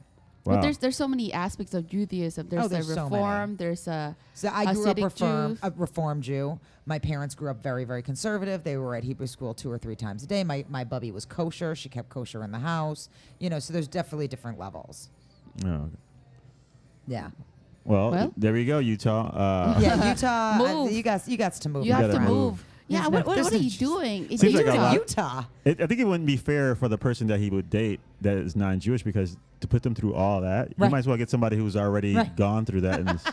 [SPEAKER 2] Wow.
[SPEAKER 3] But there's there's so many aspects of Judaism. There's,
[SPEAKER 4] Oh, there's
[SPEAKER 3] a
[SPEAKER 4] so many.
[SPEAKER 3] reform. there's a
[SPEAKER 4] So I grew up
[SPEAKER 3] Hasidic
[SPEAKER 4] reform,
[SPEAKER 3] Jew.
[SPEAKER 4] a reform Jew. My parents grew up very, very conservative. They were at Hebrew school two or three times a day. My my bubby was kosher. She kept kosher in the house. You know, so there's definitely different levels.
[SPEAKER 2] Oh, okay.
[SPEAKER 4] Yeah.
[SPEAKER 2] well,
[SPEAKER 3] Well.
[SPEAKER 2] there you go, Utah. Uh,
[SPEAKER 3] *laughs*
[SPEAKER 4] Yeah, Utah. I-
[SPEAKER 3] Move.
[SPEAKER 4] you got you got to move.
[SPEAKER 3] you
[SPEAKER 4] my
[SPEAKER 3] have to
[SPEAKER 2] gotta
[SPEAKER 4] friend.
[SPEAKER 2] move.
[SPEAKER 3] move. Yeah.
[SPEAKER 4] There's
[SPEAKER 3] What,
[SPEAKER 4] no-
[SPEAKER 3] what, what are
[SPEAKER 4] there's
[SPEAKER 3] you
[SPEAKER 4] just-
[SPEAKER 3] doing? It's
[SPEAKER 2] Seems like a
[SPEAKER 3] Utah.
[SPEAKER 2] lot.
[SPEAKER 4] Utah.
[SPEAKER 2] it, I think it wouldn't be fair for the person that he would date that is non-Jewish because to put them through all that,
[SPEAKER 4] Right.
[SPEAKER 2] you might as well get somebody who's already
[SPEAKER 4] Right.
[SPEAKER 2] gone through that
[SPEAKER 4] *laughs*
[SPEAKER 2] and is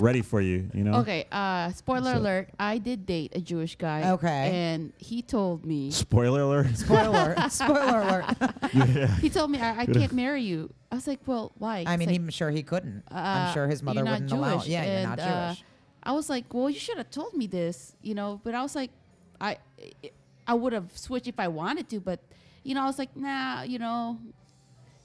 [SPEAKER 2] ready for you. You know.
[SPEAKER 3] Okay. Uh, spoiler
[SPEAKER 2] So-
[SPEAKER 3] alert. I did date a Jewish guy.
[SPEAKER 4] Okay.
[SPEAKER 3] And he told me.
[SPEAKER 2] Spoiler alert.
[SPEAKER 3] *laughs*
[SPEAKER 4] Spoiler. Spoiler alert.
[SPEAKER 2] *laughs*
[SPEAKER 3] He told me I, I can't marry you. I was like, well, why?
[SPEAKER 4] I
[SPEAKER 3] He's
[SPEAKER 4] mean,
[SPEAKER 3] like,
[SPEAKER 4] I'm sure he couldn't.
[SPEAKER 3] uh,
[SPEAKER 4] I'm sure his mother
[SPEAKER 3] you're not
[SPEAKER 4] wouldn't allow.
[SPEAKER 3] Jewish.
[SPEAKER 4] Yeah, you're
[SPEAKER 3] And,
[SPEAKER 4] not
[SPEAKER 3] uh,
[SPEAKER 4] Jewish.
[SPEAKER 3] I was like, well, you should have told me this, you know. But I was like, I, I would have switched if I wanted to, but you know, I was like, nah, you know,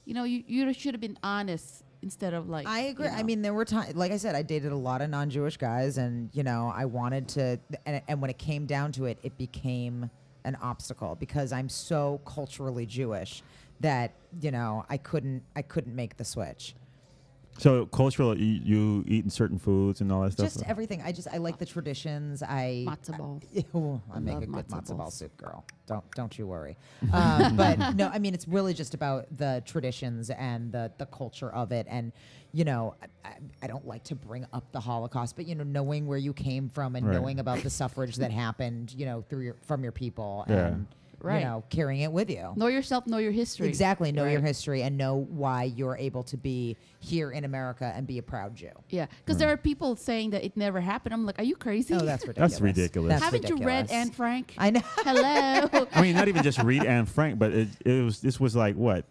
[SPEAKER 3] you know, you you should have been honest instead of like.
[SPEAKER 4] I agree.
[SPEAKER 3] you
[SPEAKER 4] I
[SPEAKER 3] know.
[SPEAKER 4] mean, there were times, like I said, I dated a lot of non-Jewish guys, and you know, I wanted to, and, and when it came down to it, it became an obstacle because I'm so culturally Jewish that you know I couldn't, I couldn't make the switch.
[SPEAKER 2] So cultural, you, you eating certain foods and all that stuff.
[SPEAKER 4] Just everything. I just, I like the traditions. I *laughs*
[SPEAKER 3] matzo ball.
[SPEAKER 4] Ew, I make
[SPEAKER 3] love
[SPEAKER 4] a good
[SPEAKER 3] matzo
[SPEAKER 4] matzo ball
[SPEAKER 3] balls.
[SPEAKER 4] soup, girl. Don't don't you worry. *laughs* Um, but no, I mean it's really just about the traditions and the the culture of it, and you know, I, I- I don't like to bring up the Holocaust, but you know, knowing where you came from and
[SPEAKER 2] Right. *laughs*
[SPEAKER 4] knowing about the suffrage that happened, you know, through your from your people,
[SPEAKER 2] Yeah.
[SPEAKER 4] and
[SPEAKER 3] Right.
[SPEAKER 4] you know, carrying it with you.
[SPEAKER 3] Know yourself, know your history.
[SPEAKER 4] Exactly. Know your
[SPEAKER 3] Right.
[SPEAKER 4] history and know why you're able to be here in America and be a proud Jew.
[SPEAKER 3] Yeah, because there are people saying that it never happened. I'm like, are you crazy?
[SPEAKER 4] Mm.
[SPEAKER 3] *laughs*
[SPEAKER 4] Oh, that's ridiculous.
[SPEAKER 2] ridiculous.
[SPEAKER 4] That's
[SPEAKER 3] Haven't you read
[SPEAKER 4] ridiculous.
[SPEAKER 3] Anne Frank?
[SPEAKER 4] I
[SPEAKER 3] *laughs*
[SPEAKER 4] know. *laughs*
[SPEAKER 3] Hello.
[SPEAKER 2] I mean, not even just read Anne Frank, but it, it was this was like what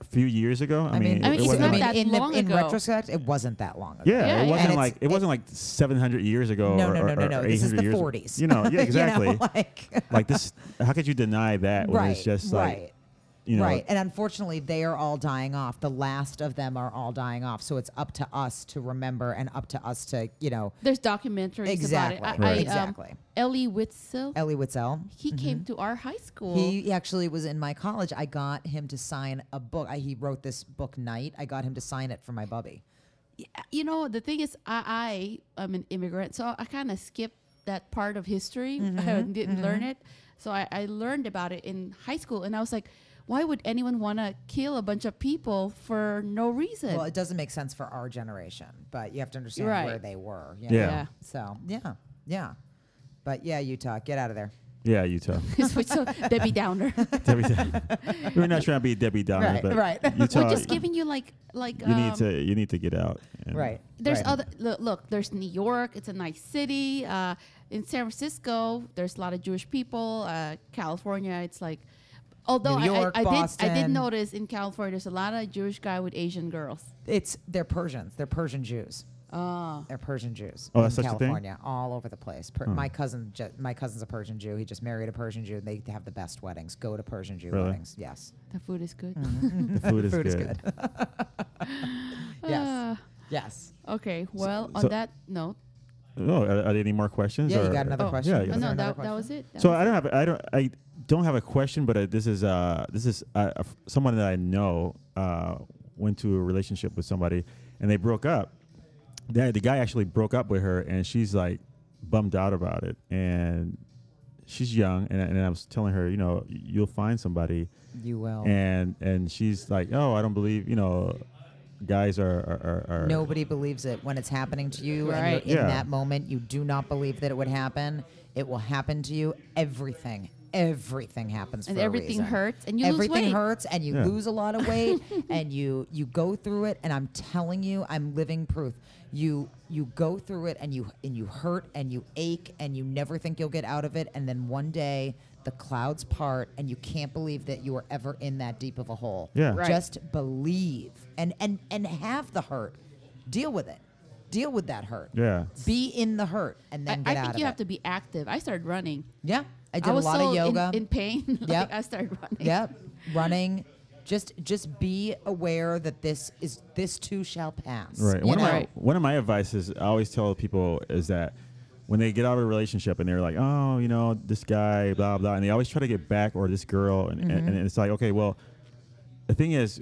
[SPEAKER 2] a few years ago. *laughs* I, mean,
[SPEAKER 3] I
[SPEAKER 2] it
[SPEAKER 3] mean, it's
[SPEAKER 2] wasn't
[SPEAKER 3] not
[SPEAKER 2] like-
[SPEAKER 3] that
[SPEAKER 4] in, the-
[SPEAKER 3] long
[SPEAKER 4] in
[SPEAKER 3] ago.
[SPEAKER 4] retrospect, it wasn't that long ago.
[SPEAKER 2] Yeah,
[SPEAKER 3] Yeah,
[SPEAKER 2] it
[SPEAKER 3] yeah.
[SPEAKER 2] wasn't
[SPEAKER 4] And
[SPEAKER 2] like
[SPEAKER 4] it's-
[SPEAKER 2] it wasn't like 700 years ago.
[SPEAKER 4] No,
[SPEAKER 2] or,
[SPEAKER 4] no, no,
[SPEAKER 2] or-
[SPEAKER 4] no,
[SPEAKER 2] or
[SPEAKER 4] no. This is
[SPEAKER 2] 800
[SPEAKER 4] the
[SPEAKER 2] years ago.
[SPEAKER 4] 40s.
[SPEAKER 2] You know,
[SPEAKER 4] *laughs* You
[SPEAKER 2] yeah,
[SPEAKER 4] know,
[SPEAKER 2] exactly. *laughs*
[SPEAKER 4] like-
[SPEAKER 2] like this, how could you deny that when it's just like
[SPEAKER 4] right.
[SPEAKER 2] you know,
[SPEAKER 4] right. And unfortunately, they are all dying off. The last of them are all dying off. So it's up to us to remember and up to us to, you know,
[SPEAKER 3] There's documentaries
[SPEAKER 4] Exactly.
[SPEAKER 3] about it.
[SPEAKER 4] Right.
[SPEAKER 3] um,
[SPEAKER 4] Exactly.
[SPEAKER 3] Ellie Witzel,
[SPEAKER 4] Ellie Witzel.
[SPEAKER 3] he came to our high school.
[SPEAKER 4] He actually was in my college. I got him to sign a book. I, he wrote this book night. I got him to sign it for my bubby.
[SPEAKER 3] you know, the thing is, I, I am an immigrant, so I kind of skipped that part of history. *laughs* I didn't learn it. So I, I learned about it in high school, and I was like, why would anyone want to kill a bunch of people for no reason? *laughs*
[SPEAKER 4] Well, it doesn't make sense for our generation, but you have to understand
[SPEAKER 3] Right.
[SPEAKER 4] where they were. you
[SPEAKER 2] Yeah.
[SPEAKER 4] know?
[SPEAKER 3] Yeah.
[SPEAKER 4] So yeah, yeah. But yeah, Utah, get out of there.
[SPEAKER 2] yeah, Utah.
[SPEAKER 3] so Debbie Downer.
[SPEAKER 2] *laughs* Debbie Downer.
[SPEAKER 4] *laughs*
[SPEAKER 2] We're not trying to be Debbie Downer,
[SPEAKER 4] Right,
[SPEAKER 2] but
[SPEAKER 4] right. *laughs* We're
[SPEAKER 2] Utah,
[SPEAKER 3] We're just giving you like like
[SPEAKER 2] you
[SPEAKER 3] um,
[SPEAKER 2] need to you need to get out. and-
[SPEAKER 4] Right.
[SPEAKER 3] There's
[SPEAKER 4] right.
[SPEAKER 3] other look, look. There's New York. It's a nice city. Uh, in San Francisco, there's a lot of Jewish people. Uh, California, it's like, although
[SPEAKER 4] New
[SPEAKER 3] I-
[SPEAKER 4] York,
[SPEAKER 3] I, I, did I did
[SPEAKER 4] Boston.
[SPEAKER 3] notice in California there's a lot of Jewish guy with Asian girls.
[SPEAKER 4] It's they're Persians. They're Persian Jews.
[SPEAKER 3] Oh,
[SPEAKER 4] They're Persian Jews
[SPEAKER 2] Oh,
[SPEAKER 4] in
[SPEAKER 2] that's such a thing?
[SPEAKER 4] California, all over the place. Per- My cousin, ju- my cousin's a Persian Jew. He just married a Persian Jew. They have the best weddings. Go to Persian Jew
[SPEAKER 2] Really?
[SPEAKER 4] weddings. Yes,
[SPEAKER 3] the food is good.
[SPEAKER 4] Mm-hmm.
[SPEAKER 2] The
[SPEAKER 4] *laughs*
[SPEAKER 2] food is
[SPEAKER 4] food
[SPEAKER 2] good.
[SPEAKER 4] is good. yes,
[SPEAKER 3] Ah,
[SPEAKER 4] yes.
[SPEAKER 3] okay. Well, on
[SPEAKER 2] so-
[SPEAKER 3] that note,
[SPEAKER 2] Oh, are, are there any more questions?
[SPEAKER 4] Yeah,
[SPEAKER 2] or-
[SPEAKER 4] you got another
[SPEAKER 3] Oh.
[SPEAKER 4] question.
[SPEAKER 2] Yeah, yeah.
[SPEAKER 3] oh,
[SPEAKER 4] Was
[SPEAKER 3] no,
[SPEAKER 4] there
[SPEAKER 3] that,
[SPEAKER 4] another
[SPEAKER 3] that
[SPEAKER 4] question? uh,
[SPEAKER 3] was it. That
[SPEAKER 2] So
[SPEAKER 3] was
[SPEAKER 2] I
[SPEAKER 3] it.
[SPEAKER 2] don't have I don't I don't have a question, but uh, this is uh this is uh, a f- someone that I know uh went to a relationship with somebody and they broke up. The, the guy actually broke up with her and she's like bummed out about it and she's young and, I- and I was telling her you know you'll find somebody
[SPEAKER 4] You will.
[SPEAKER 2] and and she's like oh I don't believe you know guys are are, are, are
[SPEAKER 4] Nobody believes it when it's happening to you. And
[SPEAKER 3] Right.
[SPEAKER 4] you're in
[SPEAKER 2] Yeah.
[SPEAKER 4] that moment, you do not believe that it would happen. It will happen to you. Everything, everything happens.
[SPEAKER 3] And
[SPEAKER 4] for a
[SPEAKER 3] everything
[SPEAKER 4] reason.
[SPEAKER 3] hurts, and you lose
[SPEAKER 4] everything
[SPEAKER 3] weight.
[SPEAKER 4] hurts, and you
[SPEAKER 2] Yeah.
[SPEAKER 4] lose a lot of
[SPEAKER 3] *laughs*
[SPEAKER 4] weight, and you you go through it. And I'm telling you, I'm living proof. You you go through it, and you and you hurt, and you ache, and you never think you'll get out of it. And then one day. The clouds part, and you can't believe that you were ever in that deep of a hole.
[SPEAKER 2] Yeah. Right.
[SPEAKER 4] Just believe and and and have the hurt. Deal with it. Deal with that hurt.
[SPEAKER 2] Yeah.
[SPEAKER 4] Be in the hurt and
[SPEAKER 3] I,
[SPEAKER 4] then
[SPEAKER 3] I
[SPEAKER 4] get out
[SPEAKER 3] think
[SPEAKER 4] of
[SPEAKER 3] you
[SPEAKER 4] it.
[SPEAKER 3] have to be active. I started running.
[SPEAKER 4] yeah. I did
[SPEAKER 3] was
[SPEAKER 4] a lot
[SPEAKER 3] so
[SPEAKER 4] of
[SPEAKER 3] in-
[SPEAKER 4] yoga.
[SPEAKER 3] in, pain. *laughs* like,
[SPEAKER 4] Yep.
[SPEAKER 3] I started running.
[SPEAKER 4] yep. Running. Just just be aware that this is this too shall pass.
[SPEAKER 2] Right.
[SPEAKER 4] you
[SPEAKER 2] One of,
[SPEAKER 4] know?
[SPEAKER 2] my,
[SPEAKER 3] Right.
[SPEAKER 2] one of my advice is I always tell people is that when they get out of a relationship and they're like, oh, you know, this guy, blah, blah, and they always try to get back or this girl. And,
[SPEAKER 4] Mm-hmm.
[SPEAKER 2] and, and it's like, okay, well, the thing is,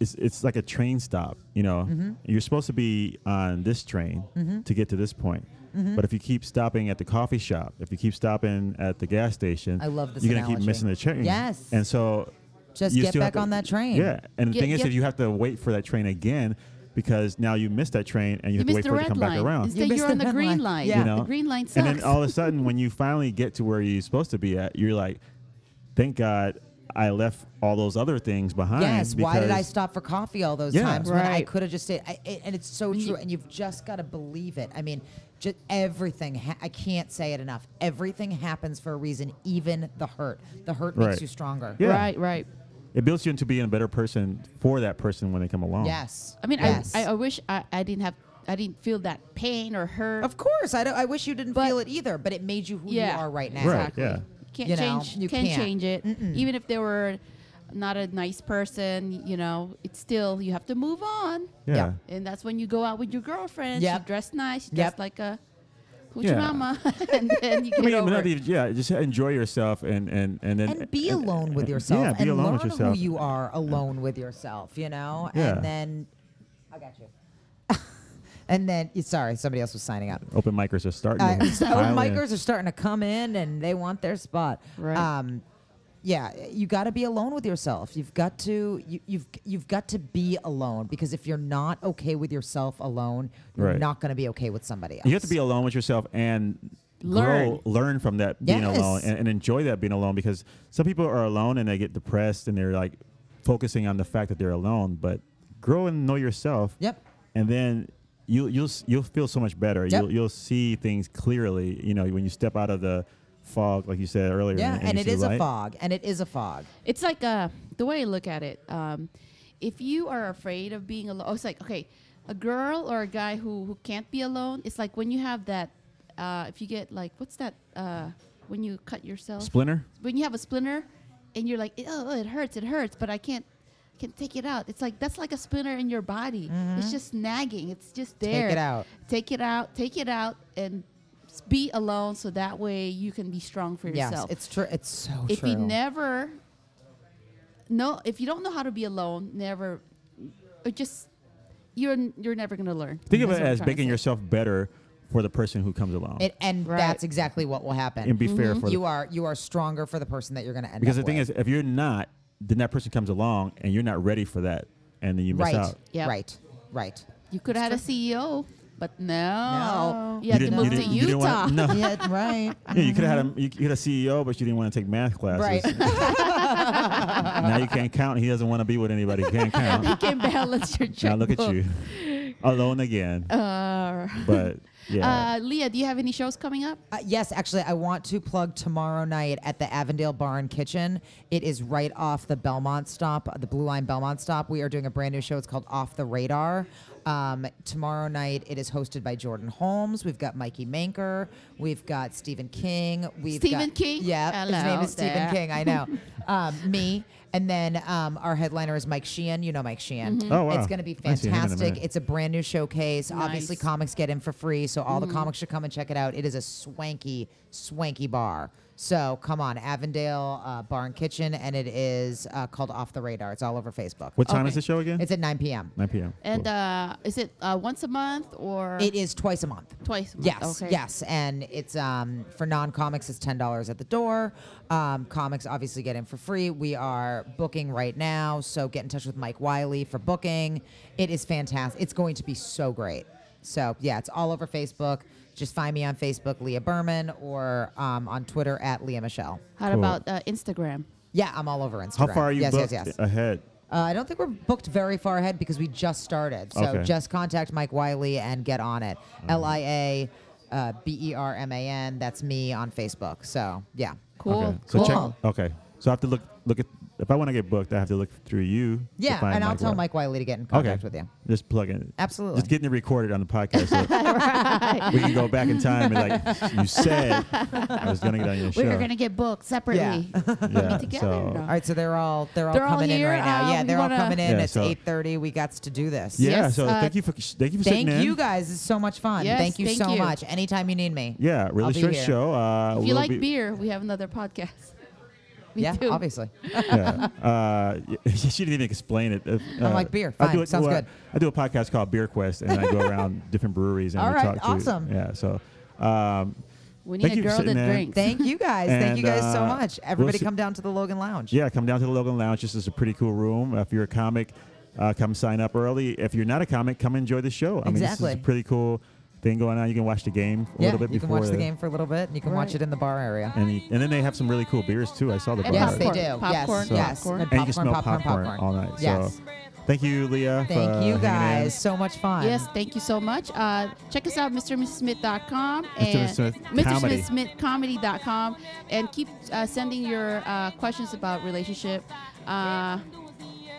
[SPEAKER 2] it's, it's like a train stop, you know.
[SPEAKER 4] Mm-hmm.
[SPEAKER 2] You're supposed to be on this train to get to this point.
[SPEAKER 4] Mm-hmm.
[SPEAKER 2] But if you keep stopping at the coffee shop, if you keep stopping at the gas station,
[SPEAKER 4] I love this
[SPEAKER 2] you're gonna
[SPEAKER 4] analogy.
[SPEAKER 2] keep missing the train.
[SPEAKER 4] Yes.
[SPEAKER 2] And so
[SPEAKER 4] Just
[SPEAKER 2] you
[SPEAKER 4] get
[SPEAKER 2] still have
[SPEAKER 4] back on that train.
[SPEAKER 2] Yeah. And the
[SPEAKER 3] Get-
[SPEAKER 2] thing is,
[SPEAKER 3] get-
[SPEAKER 2] if you have to wait for that train again, because now you missed that train and you, have to wait
[SPEAKER 3] missed the
[SPEAKER 2] for it to
[SPEAKER 3] red
[SPEAKER 2] come
[SPEAKER 3] line.
[SPEAKER 2] back around.
[SPEAKER 3] Instead,
[SPEAKER 4] You
[SPEAKER 3] you're
[SPEAKER 4] missed
[SPEAKER 3] on the
[SPEAKER 4] the red
[SPEAKER 3] green
[SPEAKER 4] line.
[SPEAKER 3] line.
[SPEAKER 4] Yeah.
[SPEAKER 2] you know?
[SPEAKER 3] The green line sucks.
[SPEAKER 2] And then oh, all of a sudden, when you finally get to where you're supposed to be at, you're like, thank God I left all those other things behind.
[SPEAKER 4] Yes. Why did I
[SPEAKER 2] because-
[SPEAKER 4] stop for coffee all those
[SPEAKER 2] Yeah.
[SPEAKER 4] times when I
[SPEAKER 3] Right.
[SPEAKER 4] could have just stayed? I, it, and it's so true. And you've just got to believe it. I mean, just everything. Ha- I can't say it enough. Everything happens for a reason. Even the hurt. The hurt
[SPEAKER 2] Right.
[SPEAKER 4] makes you stronger.
[SPEAKER 2] Yeah.
[SPEAKER 3] Right, right.
[SPEAKER 2] It builds you into being a better person for that person when they come along.
[SPEAKER 4] Yes.
[SPEAKER 3] I mean,
[SPEAKER 4] yes.
[SPEAKER 3] I, I, I wish I, I didn't have, I didn't feel that pain or hurt.
[SPEAKER 4] Of course, I, don't, I wish you didn't feel it either, but it made you who
[SPEAKER 3] Yeah.
[SPEAKER 4] you are right now.
[SPEAKER 2] Right, yeah.
[SPEAKER 3] You can't
[SPEAKER 4] You know,
[SPEAKER 3] change.
[SPEAKER 4] you
[SPEAKER 3] can't,
[SPEAKER 4] can't.
[SPEAKER 3] change it. Even if they were not a nice person, you know, it's still you have to move on.
[SPEAKER 2] Yeah.
[SPEAKER 4] Yeah.
[SPEAKER 3] And that's when you go out with your girlfriend.
[SPEAKER 4] Yep.
[SPEAKER 3] She dressed nice. She
[SPEAKER 4] Yep.
[SPEAKER 3] dressed like a
[SPEAKER 2] Yeah.
[SPEAKER 3] Cuchinama. *laughs* and then you get
[SPEAKER 2] I mean,
[SPEAKER 3] over.
[SPEAKER 2] not
[SPEAKER 3] it.
[SPEAKER 2] even- yeah, just enjoy yourself and and and then
[SPEAKER 4] And be alone with yourself
[SPEAKER 2] Yeah, be
[SPEAKER 4] and
[SPEAKER 2] alone
[SPEAKER 4] learn
[SPEAKER 2] with yourself.
[SPEAKER 4] who you are alone with yourself, you know?
[SPEAKER 2] Yeah.
[SPEAKER 4] And then I got you. *laughs* and then y- sorry, somebody else was signing up.
[SPEAKER 2] Open micers are starting.
[SPEAKER 4] Uh,
[SPEAKER 2] to
[SPEAKER 4] *laughs* so
[SPEAKER 2] pile in.
[SPEAKER 4] micers are starting to come in and they want their spot.
[SPEAKER 3] Right.
[SPEAKER 4] Um yeah, you got to be alone with yourself. You've got to you, you've you've got to be alone because if you're not okay with yourself alone, you're
[SPEAKER 2] Right.
[SPEAKER 4] not going to be okay with somebody else.
[SPEAKER 2] You have to be alone with yourself and
[SPEAKER 3] Learn.
[SPEAKER 2] grow, learn from that being alone
[SPEAKER 4] Yes.
[SPEAKER 2] and, and enjoy that being alone because some people are alone and they get depressed and they're like focusing on the fact that they're alone. But grow and know yourself.
[SPEAKER 4] Yep.
[SPEAKER 2] And then you you'll s- you'll feel so much better.
[SPEAKER 4] Yep.
[SPEAKER 2] You'll you'll see things clearly. You know when you step out of the fog, like you said earlier.
[SPEAKER 4] Yeah, and
[SPEAKER 2] you
[SPEAKER 4] it
[SPEAKER 2] see
[SPEAKER 4] is a
[SPEAKER 2] light.
[SPEAKER 4] fog, and it is a fog.
[SPEAKER 3] It's like uh, the way I look at it. Um, if you are afraid of being alone, oh, it's like okay, a girl or a guy who who can't be alone. It's like when you have that. Uh, if you get like what's that? Uh, when you cut yourself.
[SPEAKER 2] Splinter.
[SPEAKER 3] when you have a splinter, and you're like, oh, it hurts, it hurts, but I can't. Can take it out. It's like that's like a splinter in your body. It's just nagging. It's just there.
[SPEAKER 4] Mm-hmm. it out.
[SPEAKER 3] Take it out. Take it out, and s- be alone. So that way you can be strong for
[SPEAKER 4] Yes,
[SPEAKER 3] yourself
[SPEAKER 4] it's true. It's so
[SPEAKER 3] if
[SPEAKER 4] true.
[SPEAKER 3] you never no if you don't know how to be alone never it just you're n- you're never gonna learn
[SPEAKER 2] Think of
[SPEAKER 3] That's
[SPEAKER 2] it
[SPEAKER 3] what I'm
[SPEAKER 2] as
[SPEAKER 3] trying to
[SPEAKER 2] making
[SPEAKER 3] say.
[SPEAKER 2] yourself better for the person who comes along,
[SPEAKER 4] It- and
[SPEAKER 3] Right. Mm-hmm.
[SPEAKER 4] that's exactly what will happen.
[SPEAKER 2] and be fair for the
[SPEAKER 4] you are you are stronger for the person that you're going to end
[SPEAKER 2] Because the
[SPEAKER 4] up
[SPEAKER 2] thing
[SPEAKER 4] with.
[SPEAKER 2] is, if you're not, then that person comes along and you're not ready for that, and then you miss
[SPEAKER 4] right,
[SPEAKER 2] out.
[SPEAKER 3] Yep.
[SPEAKER 4] right, right.
[SPEAKER 3] you could have had a ceo but no,
[SPEAKER 4] No.
[SPEAKER 3] you had to
[SPEAKER 2] didn't-
[SPEAKER 3] move to
[SPEAKER 2] didn't- you didn't
[SPEAKER 3] utah
[SPEAKER 2] wanna- *laughs* no.
[SPEAKER 4] yeah, *laughs* right.
[SPEAKER 2] Yeah, you could have had
[SPEAKER 4] Mm-hmm.
[SPEAKER 2] a you could have CEO, but you didn't want to take math classes. *laughs* now you can't count. He doesn't want to be with anybody. He can't
[SPEAKER 3] you
[SPEAKER 4] *laughs*
[SPEAKER 2] count.
[SPEAKER 3] can balance your checkbook.
[SPEAKER 2] now look at you, alone again.
[SPEAKER 4] *laughs*
[SPEAKER 3] Uh,
[SPEAKER 2] but yeah,
[SPEAKER 3] uh, Leah, do you have any shows coming up?
[SPEAKER 4] Uh, yes, actually, I want to plug tomorrow night at the Avondale Bar and Kitchen. It is right off the Belmont stop, uh, the Blue Line Belmont stop. We are doing a brand new show. It's called Off the Radar. Um, tomorrow night, it is hosted by Jordan Holmes. We've got Mikey Manker. We've got Stephen King. We've
[SPEAKER 3] Stephen
[SPEAKER 4] got-
[SPEAKER 3] King?
[SPEAKER 4] Yeah, his
[SPEAKER 3] Hello
[SPEAKER 4] name is Stephen
[SPEAKER 3] there.
[SPEAKER 4] King.
[SPEAKER 3] *laughs*
[SPEAKER 4] I know. um, me. And then um, our headliner is Mike Sheehan. You know Mike Sheehan.
[SPEAKER 3] Mm-hmm.
[SPEAKER 2] Oh, wow.
[SPEAKER 4] It's going to be
[SPEAKER 2] I see him in a
[SPEAKER 4] fantastic.
[SPEAKER 2] minute.
[SPEAKER 4] It's a brand new showcase. Obviously,
[SPEAKER 3] Nice.
[SPEAKER 4] comics get in for free, so all the comics should come and check it out. It is a swanky, swanky bar. So come on, Avondale uh, Bar and Kitchen, and it is uh, called Off the Radar. It's all over Facebook.
[SPEAKER 2] what time is
[SPEAKER 3] okay.
[SPEAKER 2] the show again?
[SPEAKER 4] It's at 9 p.m.
[SPEAKER 2] 9 p.m.
[SPEAKER 3] And
[SPEAKER 2] Cool.
[SPEAKER 3] uh, is it uh, once a month or
[SPEAKER 4] It is twice a month.
[SPEAKER 3] twice? A month?
[SPEAKER 4] Yes,
[SPEAKER 3] Okay.
[SPEAKER 4] yes, and it's um, for non-comics. It's ten dollars at the door. Um, comics obviously get in for free. We are booking right now, so get in touch with Mike Wiley for booking. It is fantastic. It's going to be so great. So yeah, it's all over Facebook. Just find me on Facebook, Leah Berman, or um, on Twitter at Leah Michelle.
[SPEAKER 3] How
[SPEAKER 2] Cool.
[SPEAKER 3] about uh, Instagram?
[SPEAKER 4] Yeah, I'm all over Instagram.
[SPEAKER 2] how far are you
[SPEAKER 4] yes,
[SPEAKER 2] booked
[SPEAKER 4] Yes, yes,
[SPEAKER 2] ahead?
[SPEAKER 4] Uh, I don't think we're booked very far ahead because we just started. So
[SPEAKER 2] Okay. Mm-hmm.
[SPEAKER 4] just contact Mike Wiley and get on it. L I A uh, B E R M A N. That's me on Facebook. So yeah.
[SPEAKER 3] Cool.
[SPEAKER 2] Okay. So
[SPEAKER 3] cool.
[SPEAKER 2] check. Okay. So I have to look look at if I want to get booked, I have to look through you. to
[SPEAKER 4] Yeah,
[SPEAKER 2] find
[SPEAKER 4] and I'll
[SPEAKER 2] Mike
[SPEAKER 4] tell
[SPEAKER 2] Wa-
[SPEAKER 4] Mike Wiley to get in contact with you.
[SPEAKER 2] Just plug in.
[SPEAKER 4] Absolutely.
[SPEAKER 2] Just getting it recorded on the podcast.
[SPEAKER 4] *laughs*
[SPEAKER 2] So We can go back in time and like you said, I was gonna get on your show.
[SPEAKER 3] We are gonna get booked separately.
[SPEAKER 4] *laughs*
[SPEAKER 2] yeah,
[SPEAKER 3] together
[SPEAKER 2] so-
[SPEAKER 3] or
[SPEAKER 4] all
[SPEAKER 3] not?
[SPEAKER 4] right, so they're all they're all
[SPEAKER 3] They're all
[SPEAKER 4] coming
[SPEAKER 3] here.
[SPEAKER 4] in right now. yeah,
[SPEAKER 3] Um,
[SPEAKER 4] they're all
[SPEAKER 3] wanna-
[SPEAKER 4] coming in.
[SPEAKER 2] Yeah,
[SPEAKER 4] it's
[SPEAKER 2] so-
[SPEAKER 4] eight thirty. We got to do this.
[SPEAKER 2] Yeah.
[SPEAKER 3] Yes,
[SPEAKER 2] so
[SPEAKER 3] uh,
[SPEAKER 2] thank you for thank you for sitting
[SPEAKER 4] Thank
[SPEAKER 2] in.
[SPEAKER 4] you guys. It's so much fun.
[SPEAKER 3] Yes,
[SPEAKER 4] thank you
[SPEAKER 3] thank
[SPEAKER 4] so
[SPEAKER 3] you.
[SPEAKER 4] much. Anytime you need me.
[SPEAKER 2] Yeah,
[SPEAKER 4] I'll
[SPEAKER 2] really
[SPEAKER 4] be
[SPEAKER 2] short
[SPEAKER 4] here.
[SPEAKER 2] show. Uh,
[SPEAKER 3] If you
[SPEAKER 2] we'll
[SPEAKER 3] like
[SPEAKER 2] be-
[SPEAKER 3] beer, we have another podcast. *laughs* We
[SPEAKER 4] yeah,
[SPEAKER 3] do.
[SPEAKER 4] obviously.
[SPEAKER 2] Yeah. Uh, *laughs* she didn't even explain it. Uh,
[SPEAKER 4] I'm like, beer,
[SPEAKER 2] I
[SPEAKER 4] fine,
[SPEAKER 2] do it-
[SPEAKER 4] sounds
[SPEAKER 2] well,
[SPEAKER 4] good.
[SPEAKER 2] I do a podcast called Beer Quest, and I go around different breweries and
[SPEAKER 4] All
[SPEAKER 2] we
[SPEAKER 4] right,
[SPEAKER 2] talk to
[SPEAKER 4] awesome.
[SPEAKER 2] yeah. So. Um,
[SPEAKER 3] We need
[SPEAKER 2] Thank
[SPEAKER 3] a
[SPEAKER 2] you for
[SPEAKER 3] girl that
[SPEAKER 2] sitting in.
[SPEAKER 3] drinks.
[SPEAKER 4] Thank
[SPEAKER 2] *laughs*
[SPEAKER 4] you guys. thank you
[SPEAKER 2] And,
[SPEAKER 4] guys so
[SPEAKER 2] uh,
[SPEAKER 4] much.
[SPEAKER 2] we'll
[SPEAKER 4] Everybody
[SPEAKER 2] see-
[SPEAKER 4] come down to the Logan Lounge.
[SPEAKER 2] Yeah, come down to the Logan Lounge. This is a pretty cool room. If you're a comic, uh, come sign up early. If you're not a comic, come enjoy the show. I mean, this is a
[SPEAKER 4] Exactly.
[SPEAKER 2] pretty cool thing going on. You can watch the game a
[SPEAKER 4] Yeah,
[SPEAKER 2] little bit
[SPEAKER 4] you can
[SPEAKER 2] before.
[SPEAKER 4] watch the game for a little bit, and you can watch
[SPEAKER 3] Right.
[SPEAKER 4] it in the bar area.
[SPEAKER 2] And, you- and then they have some really cool beers too. I saw the
[SPEAKER 3] And
[SPEAKER 2] bar.
[SPEAKER 4] yes, they do.
[SPEAKER 3] Popcorn, popcorn,
[SPEAKER 4] yes, yes.
[SPEAKER 3] popcorn.
[SPEAKER 4] And
[SPEAKER 2] And you can smell popcorn, all night.
[SPEAKER 4] Yes.
[SPEAKER 2] So, thank you, Leah. for, uh,
[SPEAKER 4] Thank you
[SPEAKER 2] hanging in.
[SPEAKER 4] guys. So much fun.
[SPEAKER 3] Yes, thank you so much. Uh, check us out, Mr. and Mrs. Smith.com and
[SPEAKER 2] Smith
[SPEAKER 3] Mr.
[SPEAKER 2] Comedy.
[SPEAKER 3] Smith, Smith Comedy.com. And keep uh, sending your uh, questions about relationship. Uh,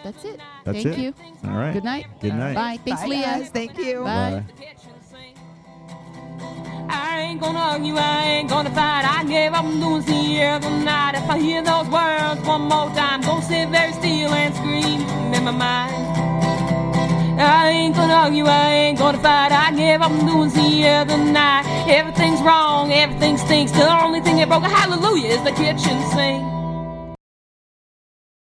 [SPEAKER 3] that's it.
[SPEAKER 2] That's it.
[SPEAKER 3] thank you.
[SPEAKER 2] All right.
[SPEAKER 3] Good night.
[SPEAKER 2] Good night.
[SPEAKER 3] Bye. Thanks,
[SPEAKER 4] Bye,
[SPEAKER 3] Leah.
[SPEAKER 4] guys. Thank you.
[SPEAKER 3] Bye.
[SPEAKER 2] Bye.
[SPEAKER 1] I ain't gonna argue, I ain't gonna fight. I gave up on doing see every night. If I hear those words one more time, gonna sit very still and scream in my mind. I ain't gonna argue, I ain't gonna fight. I gave up on doing see every night. Everything's wrong, everything stinks. The only thing that broke a hallelujah is the kitchen sink.